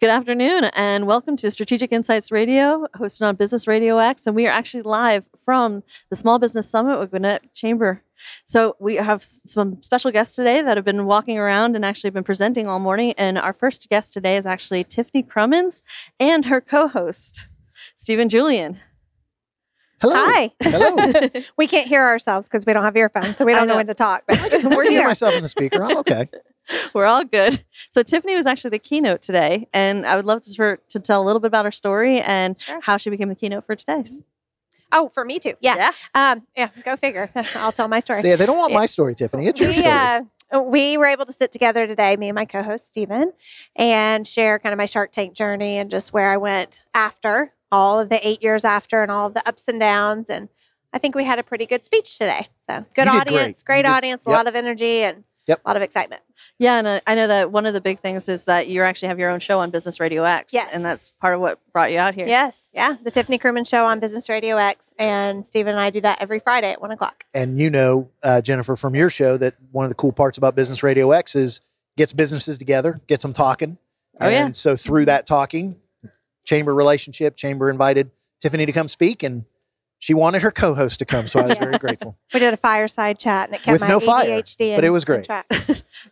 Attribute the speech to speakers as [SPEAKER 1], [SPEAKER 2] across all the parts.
[SPEAKER 1] Good afternoon, and welcome to Strategic Insights Radio, hosted on Business Radio X. And we are actually live from the Small Business Summit with Gwinnett Chamber. So, we have s- some special guests today that have been walking around and actually been presenting all morning. And our first guest today is actually Tiffany Crummins and her co host, Stephen Julian.
[SPEAKER 2] Hello.
[SPEAKER 3] Hi.
[SPEAKER 2] Hello.
[SPEAKER 3] We can't hear ourselves because we don't have earphones, so we
[SPEAKER 1] I
[SPEAKER 3] don't know.
[SPEAKER 1] know.
[SPEAKER 3] when to talk. But
[SPEAKER 2] I
[SPEAKER 3] we're
[SPEAKER 2] can hear
[SPEAKER 3] here.
[SPEAKER 2] myself in the speaker. I'm okay.
[SPEAKER 1] We're all good. So Tiffany was actually the keynote today, and I would love to, for, to tell a little bit about her story and
[SPEAKER 3] Sure.
[SPEAKER 1] how she became the keynote for today.
[SPEAKER 3] Oh, for me too. Yeah.
[SPEAKER 1] yeah.
[SPEAKER 3] Um, yeah. Go figure. I'll tell my story.
[SPEAKER 2] Yeah, they don't want my story, Tiffany. It's your
[SPEAKER 3] we,
[SPEAKER 2] story.
[SPEAKER 3] uh, we were able to sit together today, me and my co-host Steven, and share kind of my Shark Tank journey and just where I went after all of the eight years after and all of the ups and downs. And I think we had a pretty good speech today. So good
[SPEAKER 2] You did great.
[SPEAKER 3] audience, great,
[SPEAKER 2] You did-
[SPEAKER 3] audience, a
[SPEAKER 2] yep.
[SPEAKER 3] lot of energy and
[SPEAKER 2] Yep.
[SPEAKER 3] a lot of excitement.
[SPEAKER 1] Yeah, and uh, I know that one of the big things is that you actually have your own show on Business Radio X.
[SPEAKER 3] Yes.
[SPEAKER 1] And that's part of what brought you out here.
[SPEAKER 3] Yes. Yeah. The Tiffany Crewman Show on Business Radio X, and Steven and I do that every Friday at one o'clock.
[SPEAKER 2] and you know, uh, Jennifer, from your show, that one of the cool parts about Business Radio X is gets businesses together, gets them talking.
[SPEAKER 1] Oh,
[SPEAKER 2] and
[SPEAKER 1] yeah.
[SPEAKER 2] so through that talking, Chamber relationship, Chamber invited Tiffany to come speak, and she wanted her co-host to come, so I was very
[SPEAKER 3] Yes.
[SPEAKER 2] grateful.
[SPEAKER 3] We did a fireside chat, and it kept
[SPEAKER 2] With
[SPEAKER 3] my
[SPEAKER 2] no fire,
[SPEAKER 3] ADHD.
[SPEAKER 2] but
[SPEAKER 3] in-
[SPEAKER 2] it was
[SPEAKER 3] in
[SPEAKER 2] great.
[SPEAKER 3] track.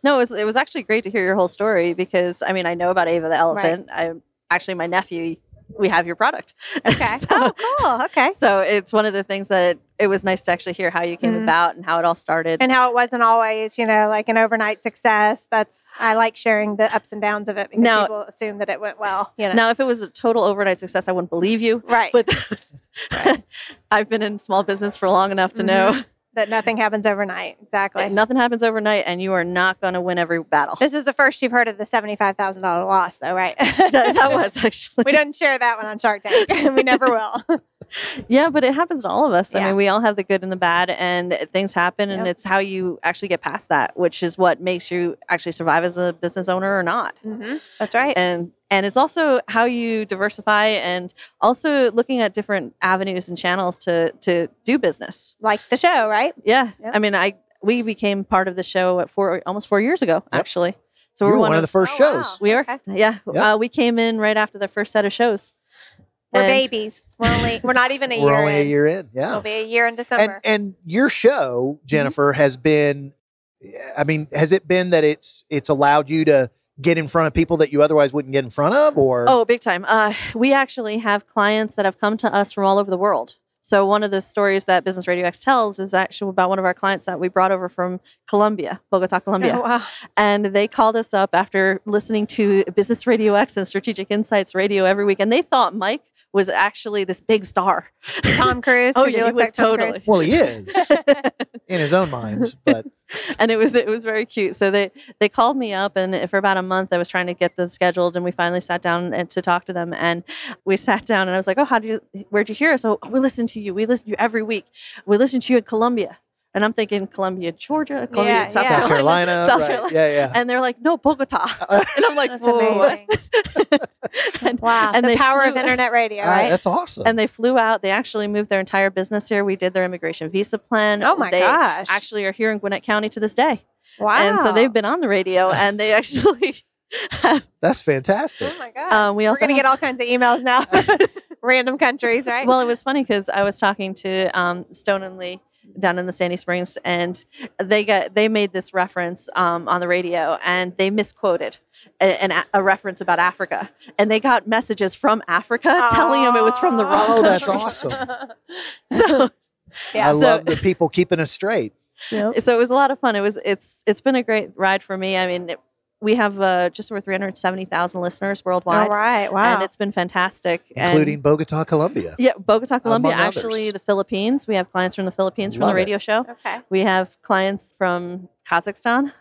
[SPEAKER 1] No, it was, it was actually great to hear your whole story because, I mean, I know about Ava the elephant. I Actually, my nephew, we have your product.
[SPEAKER 3] Okay.
[SPEAKER 1] So-
[SPEAKER 3] oh, cool. Okay.
[SPEAKER 1] So it's one of the things that it, it was nice to actually hear how you came
[SPEAKER 3] Mhm.
[SPEAKER 1] about and how it all started.
[SPEAKER 3] And how it wasn't always, you know, like an overnight success. That's I like sharing the ups and downs of it because
[SPEAKER 1] Now-
[SPEAKER 3] people assume that it went well. You know.
[SPEAKER 1] now, if it was a total overnight success, I wouldn't believe you.
[SPEAKER 3] Right.
[SPEAKER 1] But I've been in small business for long enough
[SPEAKER 3] Mm-hmm.
[SPEAKER 1] to know
[SPEAKER 3] that nothing happens overnight. Exactly.
[SPEAKER 1] that nothing happens overnight and you are not going to win every battle.
[SPEAKER 3] This is the first you've heard of the seventy-five thousand dollar loss, though, right?
[SPEAKER 1] that, that was actually.
[SPEAKER 3] We don't share that one on Shark Tank. we never will.
[SPEAKER 1] Yeah, but it happens to all of us. I
[SPEAKER 3] Yeah.
[SPEAKER 1] mean, we all have the good and the bad, and things happen, and
[SPEAKER 3] Yep.
[SPEAKER 1] it's how you actually get past that, which is what makes you actually survive as a business owner or not.
[SPEAKER 3] Mhm. That's right.
[SPEAKER 1] And and it's also how you diversify, and also looking at different avenues and channels to to do business.
[SPEAKER 3] like the show, right?
[SPEAKER 1] Yeah,
[SPEAKER 3] Yep.
[SPEAKER 1] I mean, I we became part of the show at four almost four years ago, actually. So
[SPEAKER 2] you
[SPEAKER 1] we're
[SPEAKER 2] were one of the first
[SPEAKER 3] Oh, wow.
[SPEAKER 2] shows.
[SPEAKER 1] we are
[SPEAKER 3] Okay.
[SPEAKER 1] yeah.
[SPEAKER 2] Yeah.
[SPEAKER 1] Uh, we came in right after the first set of shows.
[SPEAKER 3] We're
[SPEAKER 1] And-
[SPEAKER 3] babies. We're only. We're not even a
[SPEAKER 2] We're
[SPEAKER 3] year.
[SPEAKER 2] only
[SPEAKER 3] in. Oh,
[SPEAKER 2] a year in. Yeah.
[SPEAKER 3] It'll be a year in
[SPEAKER 2] and
[SPEAKER 3] December.
[SPEAKER 2] and your show
[SPEAKER 1] Mm-hmm.
[SPEAKER 2] jennifer has been i mean has it been that it's it's allowed you to get in front of people that you otherwise wouldn't get in front of or
[SPEAKER 1] Oh, big time. Uh, we actually have clients that have come to us from all over the world. So, one of the stories that Business Radio X tells is actually about one of our clients that we brought over from Colombia, Bogota, Colombia.
[SPEAKER 3] Oh, wow.
[SPEAKER 1] And they called us up after listening to Business Radio X and Strategic Insights Radio every week. And they thought Mike was actually this big star.
[SPEAKER 3] Tom Cruise.
[SPEAKER 1] Oh,
[SPEAKER 3] 'cause
[SPEAKER 1] yeah, he
[SPEAKER 3] looks
[SPEAKER 1] was
[SPEAKER 3] like Tom Cruise.
[SPEAKER 1] totally.
[SPEAKER 2] well he is in his own mind but
[SPEAKER 1] and it was it was very cute. So they they called me up, and for about a month, I was trying to get them scheduled, and we finally sat down and to talk to them. And we sat down, and I was like, "Oh, how do you? Where'd you hear us? Oh, we listen to you. We listen to you every week. We listen to you in Columbia." And I'm thinking Columbia, Georgia, Columbia,
[SPEAKER 3] Yeah,
[SPEAKER 1] South,
[SPEAKER 3] yeah.
[SPEAKER 2] south carolina,
[SPEAKER 1] South
[SPEAKER 2] right.
[SPEAKER 1] Carolina.
[SPEAKER 2] yeah yeah
[SPEAKER 1] And they're like, "No, Bogota." And I'm like,
[SPEAKER 3] That's
[SPEAKER 1] "Whoa."
[SPEAKER 3] amazing.
[SPEAKER 1] And-
[SPEAKER 3] Wow.
[SPEAKER 1] And
[SPEAKER 3] the
[SPEAKER 1] they
[SPEAKER 3] power of
[SPEAKER 1] flew-
[SPEAKER 3] internet radio,
[SPEAKER 2] Uh,
[SPEAKER 3] right?
[SPEAKER 2] that's awesome
[SPEAKER 1] And they flew out. They actually moved their entire business here. We did their immigration visa plan.
[SPEAKER 3] oh my
[SPEAKER 1] they
[SPEAKER 3] gosh.
[SPEAKER 1] Actually, are here in Gwinnett County to this day.
[SPEAKER 3] wow.
[SPEAKER 1] And so they've been on the radio, and they actually have
[SPEAKER 2] that's fantastic
[SPEAKER 3] Oh my gosh.
[SPEAKER 1] Um, we
[SPEAKER 3] We're
[SPEAKER 1] also
[SPEAKER 3] going to
[SPEAKER 1] have-
[SPEAKER 3] get all kinds of emails now. Random countries, right?
[SPEAKER 1] well, it was funny because I was talking to um, Stone and Lee down in the Sandy Springs, and they got they made this reference um, on the radio, and they misquoted a, an, a- a reference about Africa, and they got messages from Africa telling them it was from the wrong.
[SPEAKER 2] Oh, that's
[SPEAKER 1] country.
[SPEAKER 2] awesome.
[SPEAKER 1] So,
[SPEAKER 3] yeah.
[SPEAKER 2] i
[SPEAKER 1] So-
[SPEAKER 2] love the people keeping us straight
[SPEAKER 1] so it was a lot of fun. It was it's it's been a great ride for me. I mean, it, we have uh, just over three hundred seventy thousand listeners worldwide,
[SPEAKER 3] All right. Oh, Wow.
[SPEAKER 1] and it's been fantastic, and-
[SPEAKER 2] including bogota colombia
[SPEAKER 1] Yeah, Bogota, Colombia.
[SPEAKER 2] Among
[SPEAKER 1] Actually,
[SPEAKER 2] others.
[SPEAKER 1] the Philippines. We have clients from the Philippines from the
[SPEAKER 2] Love it.
[SPEAKER 1] radio show.
[SPEAKER 3] okay.
[SPEAKER 1] We have clients from Kazakhstan.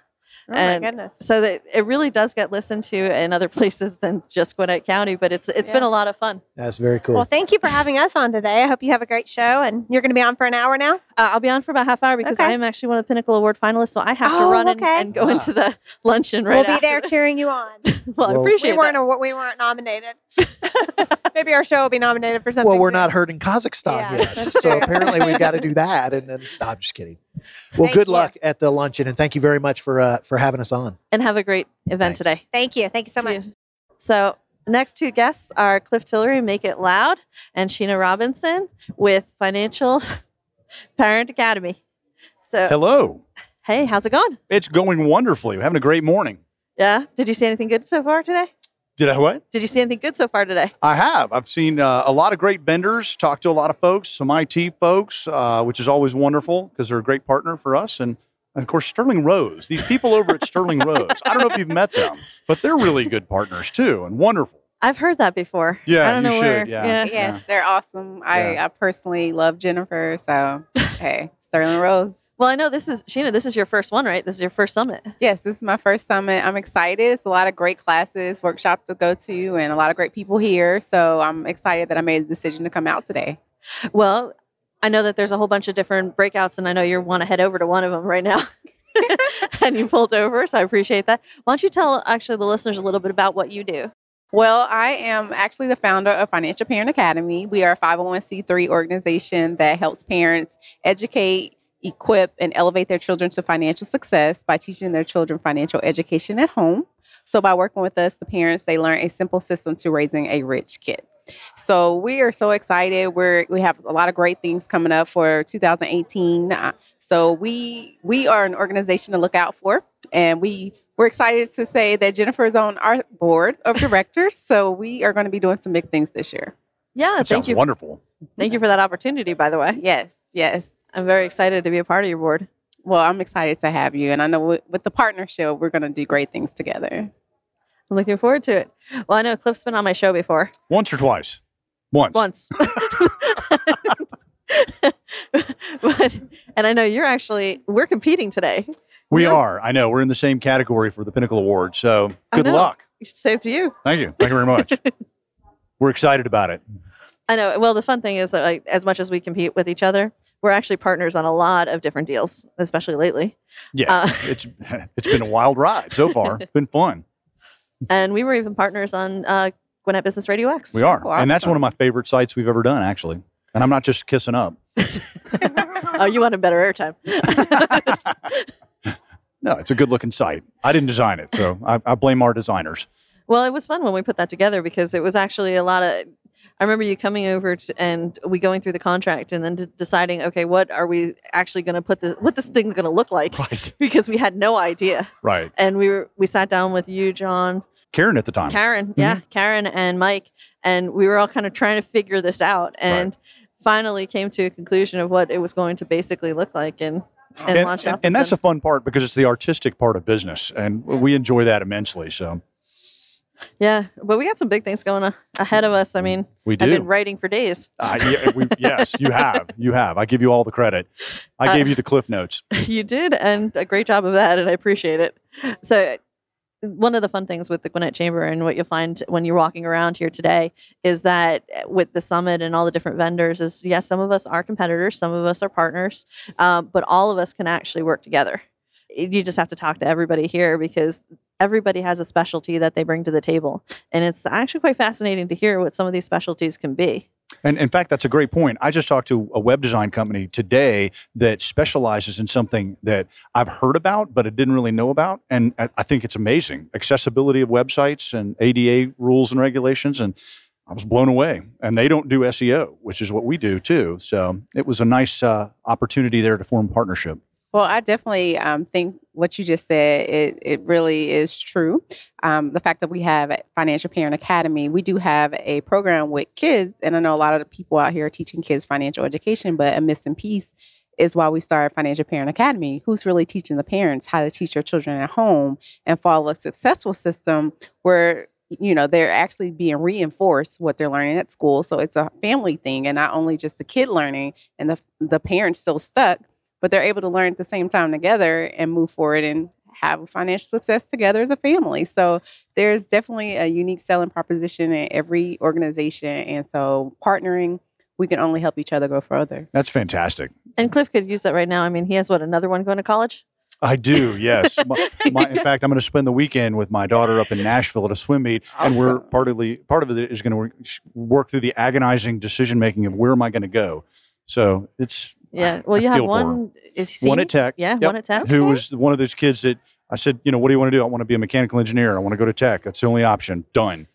[SPEAKER 3] Oh,
[SPEAKER 1] and-
[SPEAKER 3] my goodness.
[SPEAKER 1] So that it really does get listened to in other places than just Gwinnett County, but it's it's been
[SPEAKER 3] Yeah.
[SPEAKER 1] a lot of fun.
[SPEAKER 2] that's very cool
[SPEAKER 3] Well, thank you for having us on today. I hope you have a great show. And you're going to be on for an hour now?
[SPEAKER 1] Uh, I'll be on for about half hour because
[SPEAKER 3] Okay.
[SPEAKER 1] I am actually one of the Pinnacle Award finalists, so I have
[SPEAKER 3] Oh,
[SPEAKER 1] to run and-
[SPEAKER 3] okay.
[SPEAKER 1] and, go
[SPEAKER 2] Ah.
[SPEAKER 1] into the luncheon right
[SPEAKER 3] we'll be
[SPEAKER 1] after
[SPEAKER 3] there
[SPEAKER 1] this.
[SPEAKER 3] cheering you on.
[SPEAKER 1] Well, I
[SPEAKER 2] Well-
[SPEAKER 1] appreciate
[SPEAKER 3] we
[SPEAKER 1] that.
[SPEAKER 3] weren't a, we weren't nominated. Maybe our show will be nominated for something.
[SPEAKER 2] well, we're
[SPEAKER 3] soon.
[SPEAKER 2] not heard in Kazakhstan
[SPEAKER 3] Yeah,
[SPEAKER 2] yet,
[SPEAKER 3] that's
[SPEAKER 2] so
[SPEAKER 3] true.
[SPEAKER 2] apparently we've got to do that. And then no, I'm just kidding. Well,
[SPEAKER 3] Thank
[SPEAKER 2] good
[SPEAKER 3] you.
[SPEAKER 2] luck at the luncheon, and thank you very much for uh, for having us on.
[SPEAKER 1] And have a great event
[SPEAKER 2] Thanks.
[SPEAKER 1] today.
[SPEAKER 3] Thank you. Thank you so
[SPEAKER 1] See
[SPEAKER 3] much.
[SPEAKER 1] you. So The next two guests are Cliff Tillery, Make It Loud, and Sheena Robinson with Financial Parent Academy. So,
[SPEAKER 4] Hello.
[SPEAKER 1] hey, how's it going?
[SPEAKER 4] It's going wonderfully. We're having a great morning.
[SPEAKER 1] Yeah. Did you see anything good so far today?
[SPEAKER 4] Did I what?
[SPEAKER 1] Did you see anything good so far today?
[SPEAKER 4] I have. I've seen uh, a lot of great vendors, talked to a lot of folks, some IT folks, uh, which is always wonderful because they're a great partner for us. And, and of course, Sterling Rose. These people over at Sterling Rose. I don't know if you've met them, but they're really good partners too and wonderful.
[SPEAKER 1] I've heard that before.
[SPEAKER 4] Yeah,
[SPEAKER 1] I don't
[SPEAKER 4] you
[SPEAKER 1] know
[SPEAKER 4] should,
[SPEAKER 1] where.
[SPEAKER 4] yeah.
[SPEAKER 5] Yes, they're awesome. I, I personally love Jennifer. So, hey, Sterling Rose.
[SPEAKER 1] Well, I know this is Sheena. This is your first one, right? This is your first summit.
[SPEAKER 5] Yes, this is my first summit. I'm excited. It's a lot of great classes, workshops to go to, and a lot of great people here. So, I'm excited that I made the decision to come out today.
[SPEAKER 1] Well, I know that there's a whole bunch of different breakouts, and I know you want to head over to one of them right now. and you pulled over, so I appreciate that. Why don't you tell actually the listeners a little bit about what you do?
[SPEAKER 5] Well, I am actually the founder of Financial Parent Academy. We are a 501c3 organization that helps parents educate, equip, and elevate their children to financial success by teaching their children financial education at home. So, by working with us, the parents they learn a simple system to raising a rich kid. So we are so excited. We're we have a lot of great things coming up for 2018. Uh, So we we are an organization to look out for, and we we're excited to say that Jennifer is on our board of directors. So we are going to be doing some big things this year.
[SPEAKER 1] Yeah,
[SPEAKER 4] That
[SPEAKER 1] thank
[SPEAKER 4] sounds
[SPEAKER 1] you.
[SPEAKER 4] wonderful.
[SPEAKER 1] Thank you for that opportunity, by the way.
[SPEAKER 5] Yes, yes.
[SPEAKER 1] I'm very excited to be a part of your board.
[SPEAKER 5] Well, I'm excited to have you, and I know with, with the partnership, we're going to do great things together.
[SPEAKER 1] I'm looking forward to it. Well, I know Cliff's been on my show before
[SPEAKER 4] Once or twice? Once.
[SPEAKER 1] once. but, and I know you're actually, we're competing today.
[SPEAKER 4] We
[SPEAKER 1] Yeah.
[SPEAKER 4] are. I know. We're in the same category for the Pinnacle Award. So
[SPEAKER 1] I
[SPEAKER 4] good
[SPEAKER 1] know.
[SPEAKER 4] luck.
[SPEAKER 1] Same to you.
[SPEAKER 4] Thank you. Thank you very much. We're excited about it.
[SPEAKER 1] I know. Well, the fun thing is that like, as much as we compete with each other, we're actually partners on a lot of different deals, especially lately.
[SPEAKER 4] Yeah.
[SPEAKER 1] Uh,
[SPEAKER 4] it's it's been a wild ride so far. It's been fun.
[SPEAKER 1] and we were even partners on uh, Gwinnett Business Radio X.
[SPEAKER 4] We are,
[SPEAKER 5] Oh,
[SPEAKER 4] and that's
[SPEAKER 5] awesome.
[SPEAKER 4] one of my favorite sites we've ever done, actually. And I'm not just kissing up.
[SPEAKER 1] Oh, you wanted better airtime.
[SPEAKER 4] No, it's a good looking site. I didn't design it, so I, I blame our designers.
[SPEAKER 1] well, it was fun when we put that together because it was actually a lot of. I remember you coming over to, and we going through the contract and then d- deciding, okay, what are we actually going to put this? What this thing's going to look like?
[SPEAKER 4] Right,
[SPEAKER 1] Because we had no idea,
[SPEAKER 4] right.
[SPEAKER 1] and we were we sat down with you, John,
[SPEAKER 4] Karen at the time.
[SPEAKER 1] Karen, yeah, Karen and Mike, and we were all kind of trying to figure this out, and finally came to a conclusion of what it was going to basically look like, and and,
[SPEAKER 4] and,
[SPEAKER 1] launched
[SPEAKER 4] and-
[SPEAKER 1] out
[SPEAKER 4] and that's
[SPEAKER 1] since
[SPEAKER 4] the fun part because it's the artistic part of business, and we enjoy that immensely. So
[SPEAKER 1] then. yeah, but we got some big things going on ahead of us. I mean,
[SPEAKER 4] we
[SPEAKER 1] I've been
[SPEAKER 4] do.
[SPEAKER 1] writing for days.
[SPEAKER 4] Uh, yeah, we, yes, you have. You have. I give you all the credit. I
[SPEAKER 1] Uh,
[SPEAKER 4] gave you the cliff notes.
[SPEAKER 1] you did, and a great job of that, and I appreciate it. So. One of the fun things with the Gwinnett Chamber and what you'll find when you're walking around here today is that with the summit and all the different vendors is yes, some of us are competitors, some of us are partners, um, but all of us can actually work together. You just have to talk to everybody here because everybody has a specialty that they bring to the table, and it's actually quite fascinating to hear what some of these specialties can be.
[SPEAKER 4] And in fact, that's a great point. I just talked to a web design company today that specializes in something that I've heard about, but I didn't really know about. And I I think it's amazing accessibility of websites and ADA rules and regulations. And I was blown away. And they don't do SEO, which is what we do too. So it was a nice uh, opportunity there to form partnership.
[SPEAKER 5] Well, I definitely um, think what you just said it, it really is true. Um, the fact that we have at Financial Parent Academy, we do have a program with kids, and I know a lot of the people out here are teaching kids financial education, but a missing piece is why we started Financial Parent Academy. Who's really teaching the parents how to teach their children at home and follow a successful system where you know they're actually being reinforced what they're learning at school. So it's a family thing, and not only just the kid learning and the the parents still stuck but they're able to learn at the same time together and move forward and have financial success together as a family. So there's definitely a unique selling proposition in every organization. And so partnering, we can only help each other go further.
[SPEAKER 4] That's fantastic.
[SPEAKER 1] And Cliff could use that right now. I mean, he has what another one going to college.
[SPEAKER 4] I do, yes. My, my, in fact, I'm going to spend the weekend with my daughter up in Nashville at a swim meet, and we're
[SPEAKER 5] Awesome.
[SPEAKER 4] partly part of it is going to work, work through the agonizing decision making of where am I going to go. So it's
[SPEAKER 1] Yeah. Well,
[SPEAKER 4] I
[SPEAKER 1] you have
[SPEAKER 4] feel for her.
[SPEAKER 1] one. Is he
[SPEAKER 4] one
[SPEAKER 1] senior?
[SPEAKER 4] at Tech.
[SPEAKER 1] Yeah,
[SPEAKER 4] Yep.
[SPEAKER 1] one at Tech.
[SPEAKER 4] Who
[SPEAKER 5] Okay.
[SPEAKER 4] was one of those kids that I said, you know, what do you want to do? I want to be a mechanical engineer. I want to go to Tech. That's the only option. Done.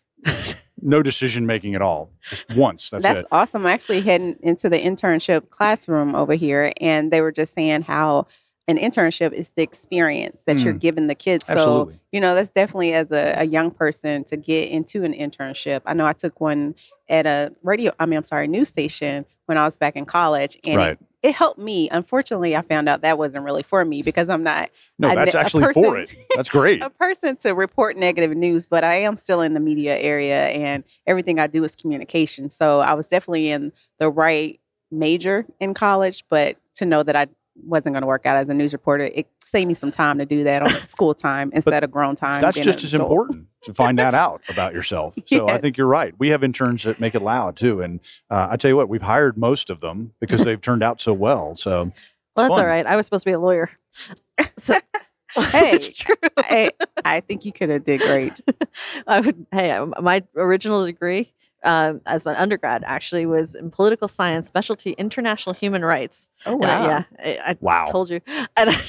[SPEAKER 4] no decision making at all. Just once. That's,
[SPEAKER 5] That's
[SPEAKER 4] it.
[SPEAKER 5] awesome. I'm actually heading into the internship classroom over here, and they were just saying how an internship is the experience that you're
[SPEAKER 4] Mm.
[SPEAKER 5] giving the kids. So
[SPEAKER 4] Absolutely.
[SPEAKER 5] you know that's definitely as a, a young person to get into an internship i know i took one at a radio i mean i'm sorry news station when i was back in college and
[SPEAKER 4] right.
[SPEAKER 5] it, it helped me unfortunately i found out that wasn't really for me because i'm not
[SPEAKER 4] No,
[SPEAKER 5] I
[SPEAKER 4] that's
[SPEAKER 5] kn- a
[SPEAKER 4] actually for it.
[SPEAKER 5] person-
[SPEAKER 4] That's great.
[SPEAKER 5] a person to report negative news but i am still in the media area and everything i do is communication so i was definitely in the right major in college but to know that i wasn't going to work out as a news reporter it saved me some time to do that on school time instead of grown time
[SPEAKER 4] That's
[SPEAKER 5] being
[SPEAKER 4] just
[SPEAKER 5] an
[SPEAKER 4] as
[SPEAKER 5] adult.
[SPEAKER 4] important to find that out about yourself. So I
[SPEAKER 5] Yes.
[SPEAKER 4] think you're right. We have interns that make it loud too, and uh, I tell you what, we've hired most of them because they've turned out so well. So
[SPEAKER 1] Well, that's
[SPEAKER 4] fun.
[SPEAKER 1] all right. I was supposed to be a lawyer. So,
[SPEAKER 5] Hey.
[SPEAKER 1] it's true.
[SPEAKER 5] I, I think you could have did great.
[SPEAKER 1] I would. Hey, I- my original degree um, as my undergrad actually was in political science, specialty international human rights.
[SPEAKER 5] Oh
[SPEAKER 1] And I- yeah, I, I
[SPEAKER 4] wow,
[SPEAKER 1] told you. And I,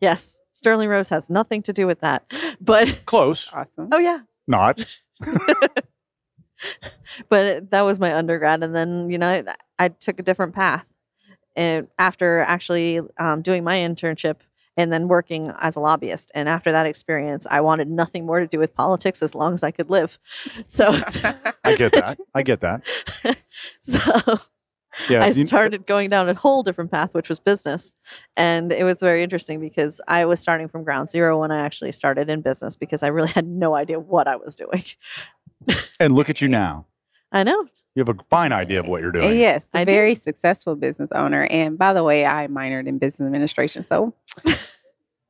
[SPEAKER 1] yes, Sterling Rose has nothing to do with that. But
[SPEAKER 4] close,
[SPEAKER 5] Awesome.
[SPEAKER 1] oh yeah,
[SPEAKER 4] not
[SPEAKER 1] but it, that was my undergrad, and then you know I, I took a different path, and after actually um, doing my internship. And then working as a lobbyist. And after that experience, I wanted nothing more to do with politics as long as I could live. So,
[SPEAKER 4] I get that. I get that.
[SPEAKER 1] so
[SPEAKER 4] Yeah,
[SPEAKER 1] I
[SPEAKER 4] you-
[SPEAKER 1] started going down a whole different path, which was business. And it was very interesting because I was starting from ground zero when I actually started in business because I really had no idea what I was doing.
[SPEAKER 4] and look at you now.
[SPEAKER 1] I know.
[SPEAKER 4] You have a fine idea of what you're doing.
[SPEAKER 5] Yes, a
[SPEAKER 1] I do.
[SPEAKER 5] very successful business owner. And by the way, I minored in business administration, so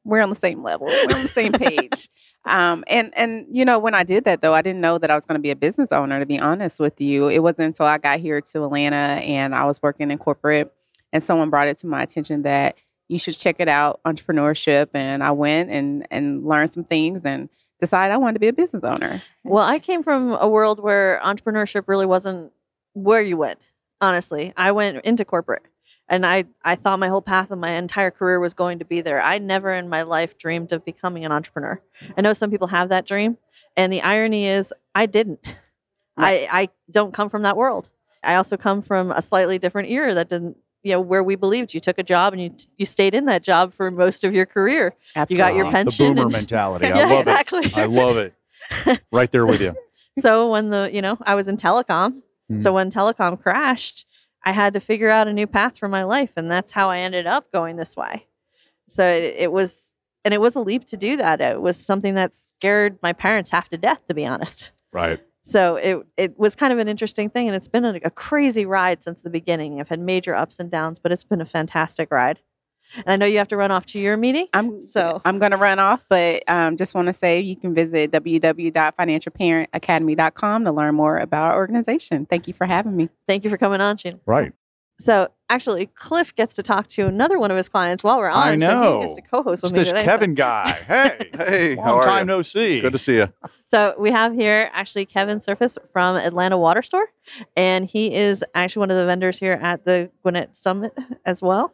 [SPEAKER 5] we're on the same level. We're on the same page. Um, and and you know, when I did that though, I didn't know that I was going to be a business owner. To be honest with you, it wasn't until I got here to Atlanta and I was working in corporate, and someone brought it to my attention that you should check it out, entrepreneurship. And I went and and learned some things and decided I wanted to be a business owner.
[SPEAKER 1] Well, I came from a world where entrepreneurship really wasn't where you went, honestly. I went into corporate and I, I thought my whole path and my entire career was going to be there. I never in my life dreamed of becoming an entrepreneur. I know some people have that dream. And the irony is, I didn't. I, I don't come from that world. I also come from a slightly different era that didn't, you know, where we believed you took a job and you, you stayed in that job for most of your career. You got your
[SPEAKER 4] Uh,
[SPEAKER 1] pension
[SPEAKER 4] The boomer
[SPEAKER 1] and-
[SPEAKER 4] mentality. I
[SPEAKER 1] yeah,
[SPEAKER 4] love
[SPEAKER 1] exactly.
[SPEAKER 4] it. I love it. Right there with you.
[SPEAKER 1] so when the you know i was in telecom so when telecom crashed i had to figure out a new path for my life and that's how i ended up going this way so it, it was and it was a leap to do that it was something that scared my parents half to death to be honest
[SPEAKER 4] Right.
[SPEAKER 1] so it it was kind of an interesting thing and it's been a, a crazy ride since the beginning i've had major ups and downs but it's been a fantastic ride and i know you have to run off to your meeting
[SPEAKER 5] I'm
[SPEAKER 1] So-
[SPEAKER 5] so I'm gonna run off, but um, just want to say you can visit www.financialparentacademy.com to learn more about our organization. Thank you for having me.
[SPEAKER 1] thank you for coming on Gina.
[SPEAKER 4] Right.
[SPEAKER 1] so actually cliff gets to talk to another one of his clients while we're on
[SPEAKER 4] I
[SPEAKER 1] so he
[SPEAKER 4] know.
[SPEAKER 1] gets to co-host with
[SPEAKER 4] It's
[SPEAKER 1] me
[SPEAKER 4] this
[SPEAKER 1] today so-
[SPEAKER 4] Kevin guy. Hey.
[SPEAKER 6] Hey,
[SPEAKER 4] Long
[SPEAKER 6] how are
[SPEAKER 4] time
[SPEAKER 6] you?
[SPEAKER 4] no see.
[SPEAKER 6] Good to see you.
[SPEAKER 1] So we have here actually Kevin Surface from Atlanta Water Store, and he is actually one of the vendors here at the Gwinnett Summit as well,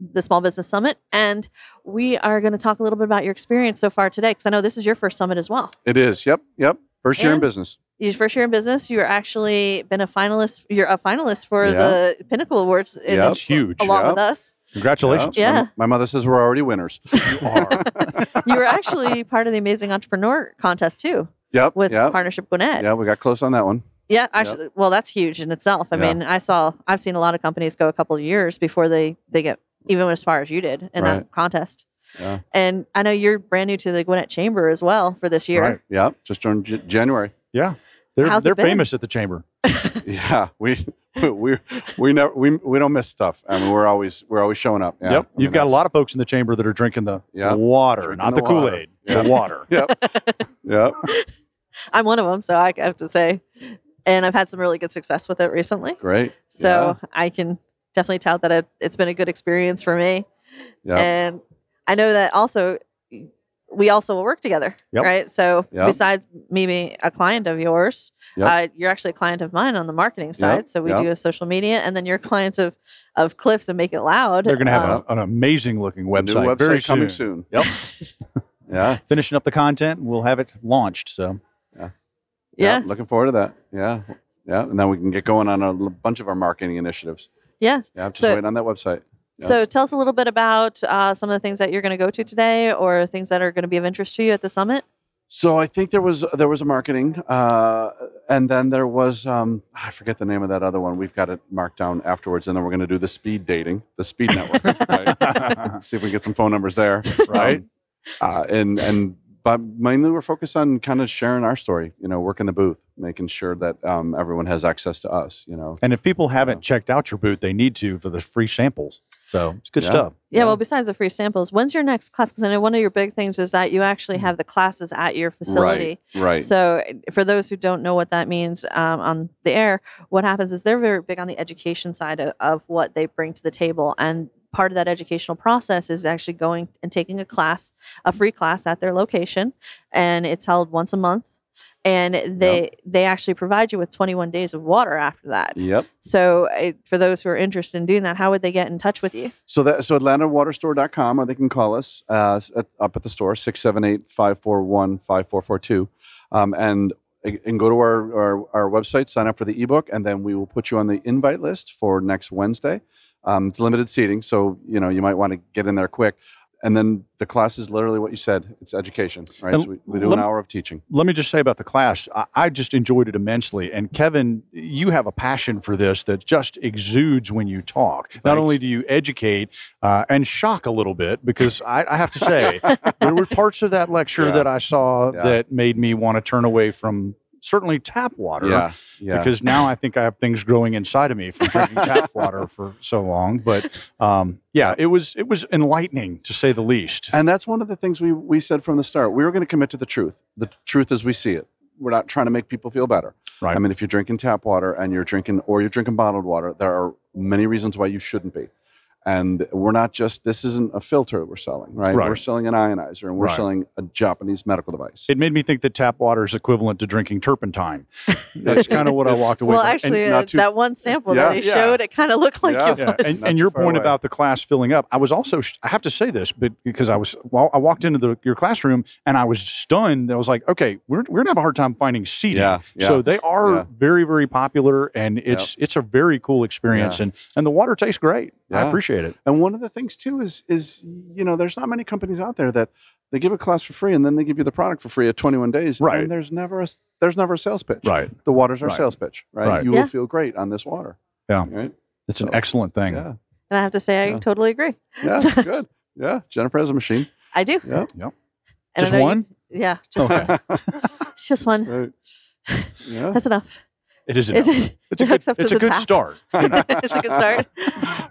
[SPEAKER 1] the Small Business Summit. And we are going to talk a little bit about your experience so far today, because I know this is your first summit as well.
[SPEAKER 6] It is. Yep. Yep. First year
[SPEAKER 1] And-
[SPEAKER 6] in business.
[SPEAKER 1] Your first year in business, you're actually been a finalist. You're a finalist for
[SPEAKER 6] Yeah.
[SPEAKER 1] the Pinnacle Awards, in,
[SPEAKER 6] Yep.
[SPEAKER 4] That's huge.
[SPEAKER 1] along
[SPEAKER 6] Yep.
[SPEAKER 1] with us.
[SPEAKER 4] Congratulations.
[SPEAKER 1] Yeah.
[SPEAKER 6] My, my mother says we're already winners.
[SPEAKER 4] You are.
[SPEAKER 1] You were actually part of the Amazing Entrepreneur Contest too,
[SPEAKER 6] Yep.
[SPEAKER 1] with
[SPEAKER 6] yep.
[SPEAKER 1] Partnership Gwinnett.
[SPEAKER 6] Yeah, we got close on that one.
[SPEAKER 1] Yeah, actually, well, that's huge in itself. I
[SPEAKER 6] Yeah.
[SPEAKER 1] mean, I saw, I've seen a lot of companies go a couple of years before they they get even as far as you did in that
[SPEAKER 6] Right.
[SPEAKER 1] contest.
[SPEAKER 6] Yeah.
[SPEAKER 1] And I know you're brand new to the Gwinnett Chamber as well for this year.
[SPEAKER 4] Right.
[SPEAKER 6] Yep. Just during J- January.
[SPEAKER 4] Yeah. They're
[SPEAKER 1] How's it
[SPEAKER 4] they're
[SPEAKER 1] been?
[SPEAKER 4] famous at the chamber.
[SPEAKER 6] yeah. We we we never we, we don't miss stuff. I mean, we're always we're always showing up. Yeah.
[SPEAKER 4] Yep. You've got a lot of folks in the chamber that are drinking the
[SPEAKER 6] Yep.
[SPEAKER 4] water,
[SPEAKER 6] Drinking
[SPEAKER 4] not the,
[SPEAKER 6] the water.
[SPEAKER 4] Kool Aid.
[SPEAKER 6] Yeah.
[SPEAKER 4] The water.
[SPEAKER 6] Yep.
[SPEAKER 1] I'm one of them, so I have to say, and I've had some really good success with it recently.
[SPEAKER 6] Great.
[SPEAKER 1] So I can definitely tout that it, it's been a good experience for me.
[SPEAKER 6] Yeah.
[SPEAKER 1] And I know that also we also work together,
[SPEAKER 4] Yep.
[SPEAKER 1] right? So
[SPEAKER 6] Yep.
[SPEAKER 1] besides me being a client of yours,
[SPEAKER 6] Yep.
[SPEAKER 1] uh, you're actually a client of mine on the marketing side. So we
[SPEAKER 6] Yep.
[SPEAKER 1] do social media, and then you're clients of of Cliffs and Make It Loud.
[SPEAKER 4] They're going to have
[SPEAKER 1] Um,
[SPEAKER 4] a, an amazing looking
[SPEAKER 6] New
[SPEAKER 4] website,
[SPEAKER 6] website
[SPEAKER 4] very
[SPEAKER 6] coming
[SPEAKER 4] soon.
[SPEAKER 6] soon.
[SPEAKER 4] Yep.
[SPEAKER 6] Yeah.
[SPEAKER 4] Finishing up the content, and we'll have it launched. So
[SPEAKER 6] Yeah,
[SPEAKER 1] Yes.
[SPEAKER 6] looking forward to that. Yeah. Yeah. And then we can get going on a l- bunch of our marketing initiatives.
[SPEAKER 1] Yeah.
[SPEAKER 6] Yeah. I'm just
[SPEAKER 1] So-
[SPEAKER 6] waiting on that website. Yeah.
[SPEAKER 1] So tell us a little bit about uh, some of the things that you're going to go to today or things that are going to be of interest to you at the summit.
[SPEAKER 6] So I think there was there was a marketing, uh, and then there was um, I forget the name of that other one. We've got it marked down afterwards, and then we're going to do the speed dating, the speed network. right? See if we can get some phone numbers there,
[SPEAKER 4] Right.
[SPEAKER 6] Um, uh, and and but mainly we're focused on kind of sharing our story. You know, working the booth, making sure that um, everyone has access to us. You know,
[SPEAKER 4] And if people haven't checked out your booth, they need to for the free samples. So it's good
[SPEAKER 6] Yeah.
[SPEAKER 4] stuff.
[SPEAKER 1] Yeah,
[SPEAKER 6] Yeah.
[SPEAKER 1] well, besides the free samples, when's your next class? Because I know one of your big things is that you actually have the classes at your facility.
[SPEAKER 6] Hmm. right?
[SPEAKER 1] So, for those who don't know what that means um, on the air, what happens is they're very big on the education side of, of what they bring to the table. And part of that educational process is actually going and taking a class, a free class at their location, and it's held once a month. And they they actually provide you with 21 days of water after that.
[SPEAKER 6] yep.
[SPEAKER 1] So, it, for those who are interested in doing that, how would they get in touch with you?
[SPEAKER 6] So that so AtlantaWaterStore.com, or they can call us uh, s- at, up at the store 678-541-5442, um, and and go to our, our our website, sign up for the ebook, and then we will put you on the invite list for next Wednesday. Um, it's limited seating, so you know you might want to get in there quick. And then the class is literally what you said. It's education, right?
[SPEAKER 4] And
[SPEAKER 6] So we, we do an
[SPEAKER 4] lem-
[SPEAKER 6] hour of teaching.
[SPEAKER 4] let me just say about the class, I, I just enjoyed it immensely. And Kevin, you have a passion for this that just exudes when you talk. Not
[SPEAKER 6] Thanks.
[SPEAKER 4] only do you educate uh, and shock a little bit, because I, I have to say, there were parts of that lecture
[SPEAKER 6] Yeah.
[SPEAKER 4] that I saw
[SPEAKER 6] Yeah.
[SPEAKER 4] that made me want to turn away from certainly tap water.
[SPEAKER 6] Yeah, yeah.
[SPEAKER 4] Because now I think I have things growing inside of me from drinking tap water for so long, but um, yeah, it was it was enlightening to say the least.
[SPEAKER 6] And that's one of the things we, we said from the start. We were going to commit to the truth, the t- truth as we see it. We're not trying to make people feel better.
[SPEAKER 4] Right.
[SPEAKER 6] I mean, if you're drinking tap water and you're drinking, or you're drinking bottled water, there are many reasons why you shouldn't be. And we're not just, this isn't a filter we're selling, right?
[SPEAKER 4] Right.
[SPEAKER 6] We're selling an ionizer and we're
[SPEAKER 4] Right.
[SPEAKER 6] selling a Japanese medical device.
[SPEAKER 4] It made me think that tap water is equivalent to drinking turpentine. That's kind of what I walked away
[SPEAKER 1] Well,
[SPEAKER 4] from. And-
[SPEAKER 1] actually,
[SPEAKER 6] not
[SPEAKER 1] uh,
[SPEAKER 6] too-
[SPEAKER 1] that one sample that
[SPEAKER 6] Yeah,
[SPEAKER 1] he
[SPEAKER 6] yeah.
[SPEAKER 1] showed, it kind of looked like
[SPEAKER 6] Yeah.
[SPEAKER 1] it
[SPEAKER 4] yeah,
[SPEAKER 1] was.
[SPEAKER 4] and,
[SPEAKER 6] Not
[SPEAKER 4] and
[SPEAKER 6] too
[SPEAKER 4] your
[SPEAKER 6] far
[SPEAKER 4] point
[SPEAKER 6] away.
[SPEAKER 4] about the class filling up, I was also, sh- I have to say this, but because I was, well, I walked into the, your classroom and I was stunned. I was like, okay, we're, we're going to have a hard time finding seating.
[SPEAKER 6] Yeah, yeah,
[SPEAKER 4] so they are
[SPEAKER 6] yeah.
[SPEAKER 4] very, very popular and it's, it's a very cool experience and, and the water tastes great. I
[SPEAKER 6] Yeah.
[SPEAKER 4] appreciate it.
[SPEAKER 6] And one of the things too is is you know there's not many companies out there that they give a class for free and then they give you the product for free at 21 days.
[SPEAKER 4] Right.
[SPEAKER 6] And there's never a s- there's never a sales pitch.
[SPEAKER 4] Right.
[SPEAKER 6] The water's our
[SPEAKER 4] Right.
[SPEAKER 6] sales pitch, right?
[SPEAKER 4] Right.
[SPEAKER 6] You
[SPEAKER 1] Yeah.
[SPEAKER 6] will feel great on this water.
[SPEAKER 4] Yeah.
[SPEAKER 6] Right.
[SPEAKER 4] It's
[SPEAKER 6] So,
[SPEAKER 4] an excellent thing.
[SPEAKER 6] Yeah.
[SPEAKER 1] And I have to say, I
[SPEAKER 6] Yeah.
[SPEAKER 1] totally agree.
[SPEAKER 6] Yeah. good. Yeah. Jennifer has a machine.
[SPEAKER 1] I do.
[SPEAKER 6] Yeah.
[SPEAKER 1] And I
[SPEAKER 4] Just
[SPEAKER 1] know you-
[SPEAKER 4] one?
[SPEAKER 1] yeah, just
[SPEAKER 4] Okay.
[SPEAKER 1] it's just one.
[SPEAKER 6] Right. Yeah.
[SPEAKER 1] That's enough.
[SPEAKER 4] It is.
[SPEAKER 1] It's,
[SPEAKER 4] enough. It's a good,
[SPEAKER 1] hooks up to
[SPEAKER 4] it's a
[SPEAKER 1] the
[SPEAKER 4] good
[SPEAKER 1] tap.
[SPEAKER 4] start.
[SPEAKER 1] it's a good start.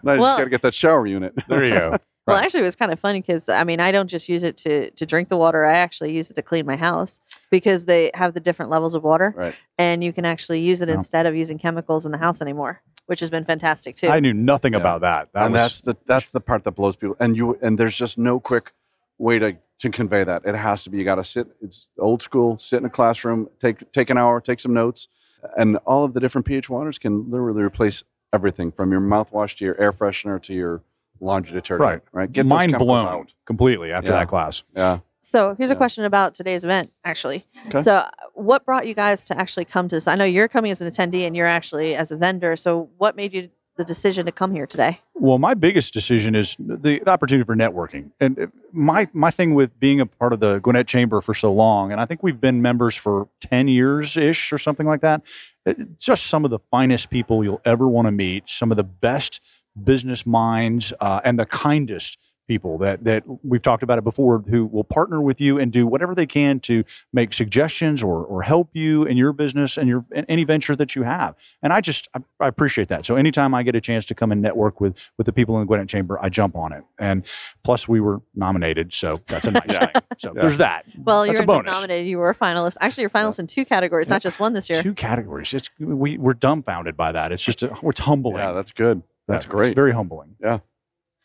[SPEAKER 6] Now you
[SPEAKER 1] Well-
[SPEAKER 6] just got to get that shower unit.
[SPEAKER 4] There you go.
[SPEAKER 1] Well,
[SPEAKER 4] Right.
[SPEAKER 1] actually, it was kind of funny because I mean, I don't just use it to to drink the water. I actually use it to clean my house because they have the different levels of water,
[SPEAKER 6] Right.
[SPEAKER 1] and you can actually use it
[SPEAKER 4] Yeah.
[SPEAKER 1] instead of using chemicals in the house anymore, which has been fantastic too.
[SPEAKER 4] I knew nothing
[SPEAKER 6] Yeah.
[SPEAKER 4] about that. that
[SPEAKER 6] and
[SPEAKER 4] was,
[SPEAKER 6] that's the that's the part that blows people. And you and there's just no quick way to to convey that. It has to be you got to sit. It's old school. Sit in a classroom. Take take an hour. Take some notes. And all of the different pH waters can literally replace everything from your mouthwash to your air freshener to your laundry detergent.
[SPEAKER 4] Right.
[SPEAKER 6] Right. Get those
[SPEAKER 4] mind
[SPEAKER 6] chemicals
[SPEAKER 4] blown
[SPEAKER 6] out.
[SPEAKER 4] completely after
[SPEAKER 6] Yeah.
[SPEAKER 4] that class.
[SPEAKER 6] Yeah.
[SPEAKER 1] So here's a
[SPEAKER 6] Yeah.
[SPEAKER 1] question about today's event, actually.
[SPEAKER 6] Okay.
[SPEAKER 1] So uh, what brought you guys to actually come to this? I know you're coming as an attendee and you're actually as a vendor. So what made you the decision to come here today?
[SPEAKER 4] Well, my biggest decision is the the opportunity for networking. And uh, my my thing with being a part of the Gwinnett Chamber for so long, and I think we've been members for 10 years ish or something like that. it- Uh, just some of the finest people you'll ever want to meet, some of the best business minds, uh, and the kindest people that that we've talked about it before who will partner with you and do whatever they can to make suggestions or or help you in your business and your and any venture that you have and i just I, I appreciate that so anytime i get a chance to come and network with with the people in the gwinnett chamber i jump on it and plus we were nominated so that's a nice thing so
[SPEAKER 6] Yeah.
[SPEAKER 4] there's that
[SPEAKER 1] Well,
[SPEAKER 4] That's
[SPEAKER 1] you're
[SPEAKER 4] a bonus.
[SPEAKER 1] nominated. You were a finalist. Actually, you're finalists in two categories, not just one this year.
[SPEAKER 4] two categories. It's we we're dumbfounded by that. It's just a, it's humbling.
[SPEAKER 6] Yeah. That's good. That's
[SPEAKER 4] Yeah,
[SPEAKER 6] great.
[SPEAKER 4] It's very humbling.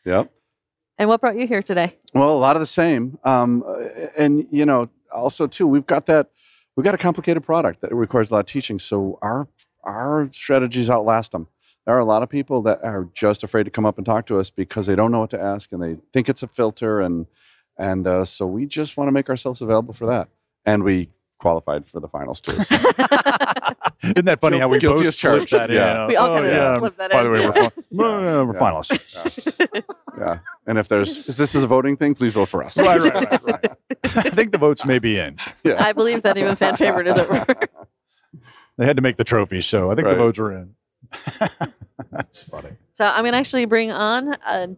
[SPEAKER 6] Yep.
[SPEAKER 1] And what brought you here today?
[SPEAKER 6] Well, a lot of the same, um, uh, and you know, also too, we've got that we've got a complicated product that requires a lot of teaching. So our our strategies outlast them. There are a lot of people that are just afraid to come up and talk to us because they don't know what to ask and they think it's a filter, and and uh, so we just want to make ourselves available for that, and we qualified for the finals too. So
[SPEAKER 4] Isn't that funny how we
[SPEAKER 6] Guilty
[SPEAKER 4] both
[SPEAKER 6] as charged.
[SPEAKER 4] slipped that
[SPEAKER 6] Yeah.
[SPEAKER 4] in?
[SPEAKER 1] We all
[SPEAKER 4] oh,
[SPEAKER 1] kinda
[SPEAKER 4] yeah.
[SPEAKER 1] slipped that
[SPEAKER 4] By
[SPEAKER 1] in.
[SPEAKER 4] the way, we're, fin- No, no, no, we're
[SPEAKER 6] Yeah.
[SPEAKER 4] finalists.
[SPEAKER 6] yeah, and if there's if this is a voting thing, please vote for us.
[SPEAKER 4] right, right, right, right. I think the votes may be in.
[SPEAKER 6] Yeah.
[SPEAKER 1] I believe that even fan favorite is over.
[SPEAKER 4] They had to make the trophy, so I think
[SPEAKER 6] Right.
[SPEAKER 4] the votes are in. That's funny.
[SPEAKER 1] So I'm going to actually bring on a,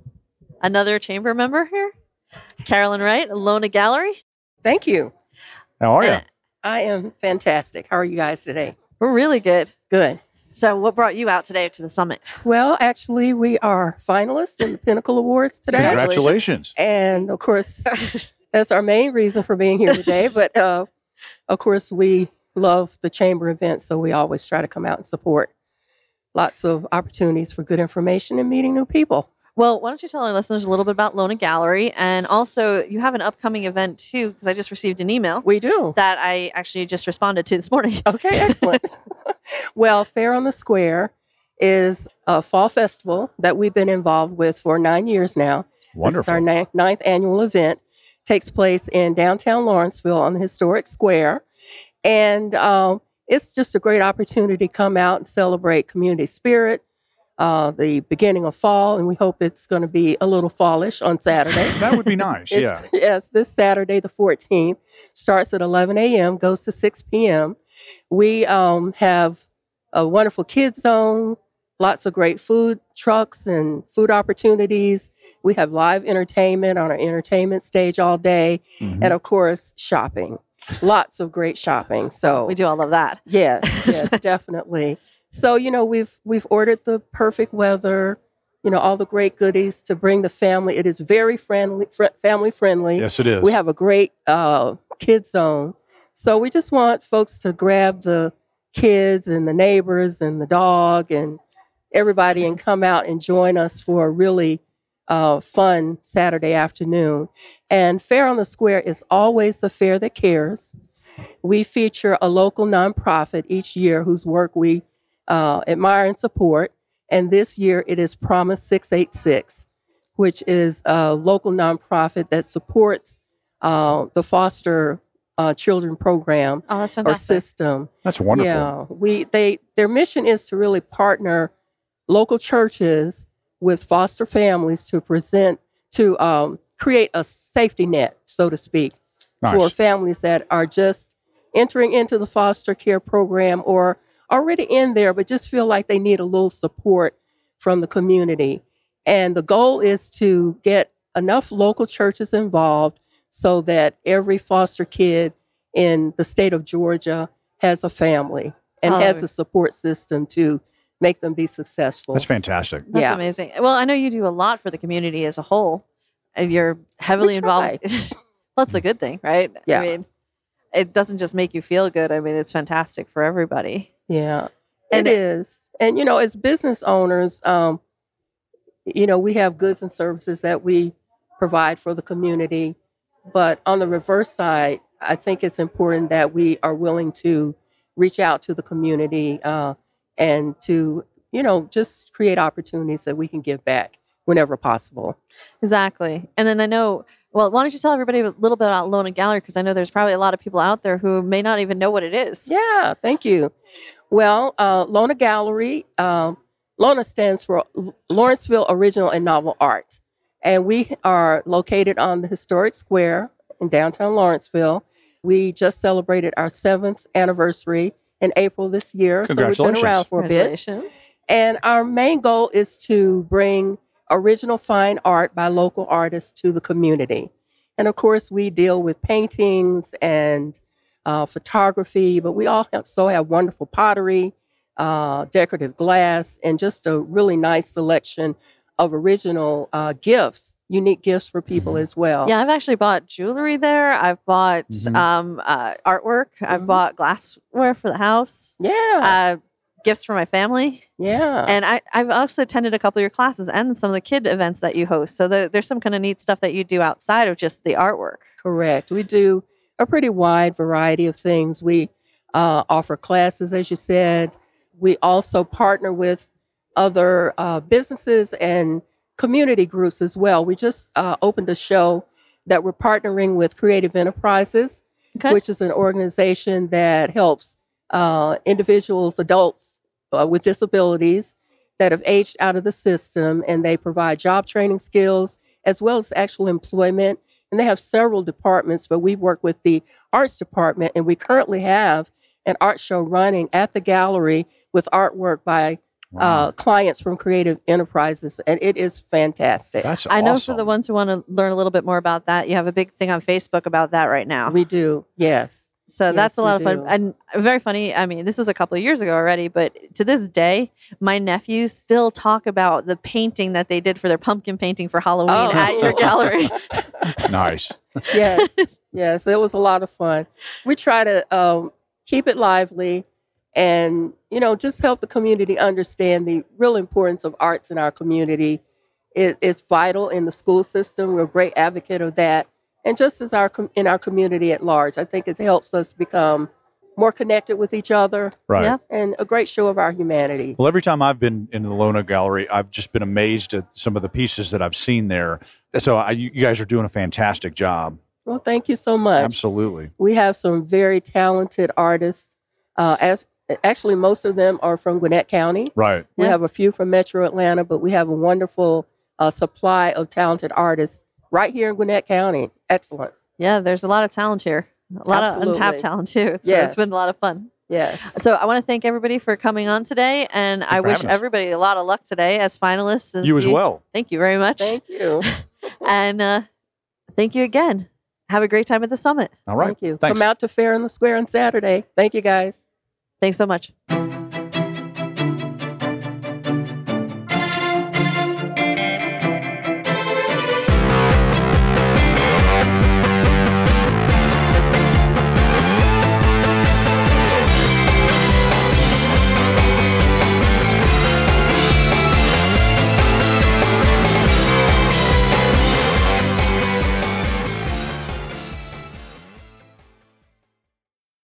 [SPEAKER 1] another chamber member here, Carolyn Wright, Lona Gallery.
[SPEAKER 7] Thank you.
[SPEAKER 4] How are you?
[SPEAKER 1] And
[SPEAKER 7] I am fantastic. How are you guys today?
[SPEAKER 1] We're really good.
[SPEAKER 7] Good.
[SPEAKER 1] So what brought you out today to the summit?
[SPEAKER 7] Well, actually, we are finalists in the Pinnacle Awards today.
[SPEAKER 4] Congratulations.
[SPEAKER 7] And of course, that's our main reason for being here today. But uh, of course, we love the chamber events, so we always try to come out and support lots of opportunities for good information and meeting new people.
[SPEAKER 1] Well, why don't you tell our listeners a little bit about Lona Gallery? And also, you have an upcoming event too, because I just received an email
[SPEAKER 7] We do.
[SPEAKER 1] that I actually just responded to this morning.
[SPEAKER 7] Okay, excellent. well, Fair on the Square is a fall festival that we've been involved with for nine years now. This is our
[SPEAKER 4] Wonderful.
[SPEAKER 7] ni- ninth annual event. Takes place in downtown Lawrenceville on the historic square, and um, it's just a great opportunity to come out and celebrate community spirit, uh, the beginning of fall, and we hope it's going to be a little fallish on Saturday.
[SPEAKER 4] That would be nice.
[SPEAKER 7] It's-
[SPEAKER 4] yeah.
[SPEAKER 7] Yes, this Saturday, the 14th, starts at 11 a.m., goes to 6 p.m. We um, have a wonderful kids zone, lots of great food trucks and food opportunities. We have live entertainment on our entertainment stage all day,
[SPEAKER 6] Mm-hmm.
[SPEAKER 4] Mhm.
[SPEAKER 7] and of course, shopping. Lots of great shopping. So
[SPEAKER 1] We do all love that.
[SPEAKER 7] Yes, yes, definitely. So you know we've we've ordered the perfect weather, you know all the great goodies to bring the family. It is very friendly, fr- family friendly.
[SPEAKER 4] Yes, it is.
[SPEAKER 7] We have a great uh, kids zone, so we just want folks to grab the kids and the neighbors and the dog and everybody and come out and join us for a really uh, fun Saturday afternoon. And Fair on the Square is always the fair that cares. We feature a local nonprofit each year whose work we uh, admire and support. And this year it is Promise 686, which is a local nonprofit that supports uh, the foster uh, children program
[SPEAKER 1] Oh, that's
[SPEAKER 7] or
[SPEAKER 1] fantastic.
[SPEAKER 7] system.
[SPEAKER 4] That's wonderful.
[SPEAKER 7] Yeah, we they their mission is to really partner local churches with foster families to present to um, create a safety net, so to speak,
[SPEAKER 4] Nice.
[SPEAKER 7] for families that are just entering into the foster care program or already in there, but just feel like they need a little support from the community. And the goal is to get enough local churches involved so that every foster kid in the state of Georgia has a family and
[SPEAKER 1] Oh.
[SPEAKER 7] has a support system to make them be successful.
[SPEAKER 4] That's fantastic.
[SPEAKER 1] That's
[SPEAKER 7] yeah.
[SPEAKER 1] amazing. Well, I know you do a lot for the community as a whole, and you're heavily
[SPEAKER 7] We
[SPEAKER 1] involved. well, it's a good thing, right?
[SPEAKER 7] Yeah.
[SPEAKER 1] I mean, it doesn't just make you feel good. I mean, it's fantastic for everybody.
[SPEAKER 7] Yeah,
[SPEAKER 1] And
[SPEAKER 7] it
[SPEAKER 1] it-
[SPEAKER 7] is. And you know, as business owners, um, you know, we have goods and services that we provide for the community. But on the reverse side, I think it's important that we are willing to reach out to the community uh, and to, you know, just create opportunities that we can give back whenever possible.
[SPEAKER 1] Exactly. And then I know, well, why don't you tell everybody a little bit about Lona Gallery? Because I know there's probably a lot of people out there who may not even know what it is.
[SPEAKER 7] Yeah, thank you. Well, uh, Lona Gallery, um, Lona stands for L- Lawrenceville Original and Novel Art. And we are located on the historic square in downtown Lawrenceville. We just celebrated our seventh anniversary in April this year. So we've been
[SPEAKER 4] Congratulations.
[SPEAKER 7] around for a bit.
[SPEAKER 1] Congratulations.
[SPEAKER 7] And our main goal is to bring original fine art by local artists to the community. And of course, we deal with paintings and uh, photography, but we also have wonderful pottery, uh, decorative glass, and just a really nice selection of original uh, gifts, unique gifts for people as well.
[SPEAKER 1] Mm-hmm. Yeah, I've actually bought jewelry there. I've bought
[SPEAKER 7] Mm-hmm.
[SPEAKER 4] Mhm.
[SPEAKER 1] um, uh, artwork. I've
[SPEAKER 7] Mhm.
[SPEAKER 1] bought glassware for the house.
[SPEAKER 7] Yeah.
[SPEAKER 1] Uh, gifts for my family.
[SPEAKER 7] yeah.
[SPEAKER 1] And I, I've also attended a couple of your classes and some of the kid events that you host. So the, there's some kind of neat stuff that you do outside of just the artwork.
[SPEAKER 7] Correct. We do a pretty wide variety of things. We uh, offer classes, as you said. We also partner with other uh, businesses and community groups as well. We just uh, opened a show that we're partnering with Creative Enterprises
[SPEAKER 1] Okay.
[SPEAKER 7] which is an organization that helps uh, individuals, adults uh, with disabilities that have aged out of the system, and they provide job training skills as well as actual employment. And they have several departments, but we work with the arts department, and we currently have an art show running at the gallery with artwork by uh, clients from Creative Enterprises, and it is fantastic.
[SPEAKER 4] That's
[SPEAKER 1] I know for the
[SPEAKER 4] awesome.
[SPEAKER 1] ones who want to learn a little bit more about that, you have a big thing on Facebook about that right now.
[SPEAKER 7] We do, yes.
[SPEAKER 1] So
[SPEAKER 7] Yes,
[SPEAKER 1] that's a
[SPEAKER 7] we
[SPEAKER 1] lot of fun
[SPEAKER 7] do.
[SPEAKER 1] and very funny. I mean, this was a couple of years ago already, but to this day, my nephews still talk about the painting that they did for their pumpkin painting for Halloween
[SPEAKER 7] Oh.
[SPEAKER 1] at your gallery.
[SPEAKER 4] nice.
[SPEAKER 7] yes, yes, it was a lot of fun. We try to um, keep it lively, and you know, just help the community understand the real importance of arts in our community. It, it's vital in the school system. We're a great advocate of that, and just as our com- in our community at large, I think it helps us become more connected with each other
[SPEAKER 4] Right.
[SPEAKER 1] Yeah.
[SPEAKER 7] and a great show of our humanity.
[SPEAKER 4] Well, every time I've been in the Lona Gallery, I've just been amazed at some of the pieces that I've seen there. So I, you you guys are doing a fantastic job.
[SPEAKER 7] Well, thank you so much.
[SPEAKER 4] Absolutely.
[SPEAKER 7] We have some very talented artists. Uh, as actually, most of them are from Gwinnett County.
[SPEAKER 4] Right.
[SPEAKER 7] We
[SPEAKER 1] Yeah.
[SPEAKER 7] have a few from Metro Atlanta, but we have a wonderful uh, supply of talented artists right here in Gwinnett County. Excellent.
[SPEAKER 1] yeah, there's a lot of talent here. A lot of untapped
[SPEAKER 7] Absolutely.
[SPEAKER 1] talent too. So it's
[SPEAKER 7] Yes.
[SPEAKER 1] been a lot of fun.
[SPEAKER 7] Yes.
[SPEAKER 1] So I want to thank everybody for coming on today, and I
[SPEAKER 4] for
[SPEAKER 1] wish
[SPEAKER 4] having us.
[SPEAKER 1] everybody a lot of luck today as finalists. and
[SPEAKER 4] You as
[SPEAKER 1] see-
[SPEAKER 4] well.
[SPEAKER 1] Thank you very much,
[SPEAKER 7] Thank you.
[SPEAKER 1] and uh, thank you again. Have a great time at the summit.
[SPEAKER 4] All right.
[SPEAKER 7] Thank you.
[SPEAKER 4] Thanks.
[SPEAKER 7] Come out to Fair in the Square on Saturday. Thank you, guys.
[SPEAKER 1] Thanks so much.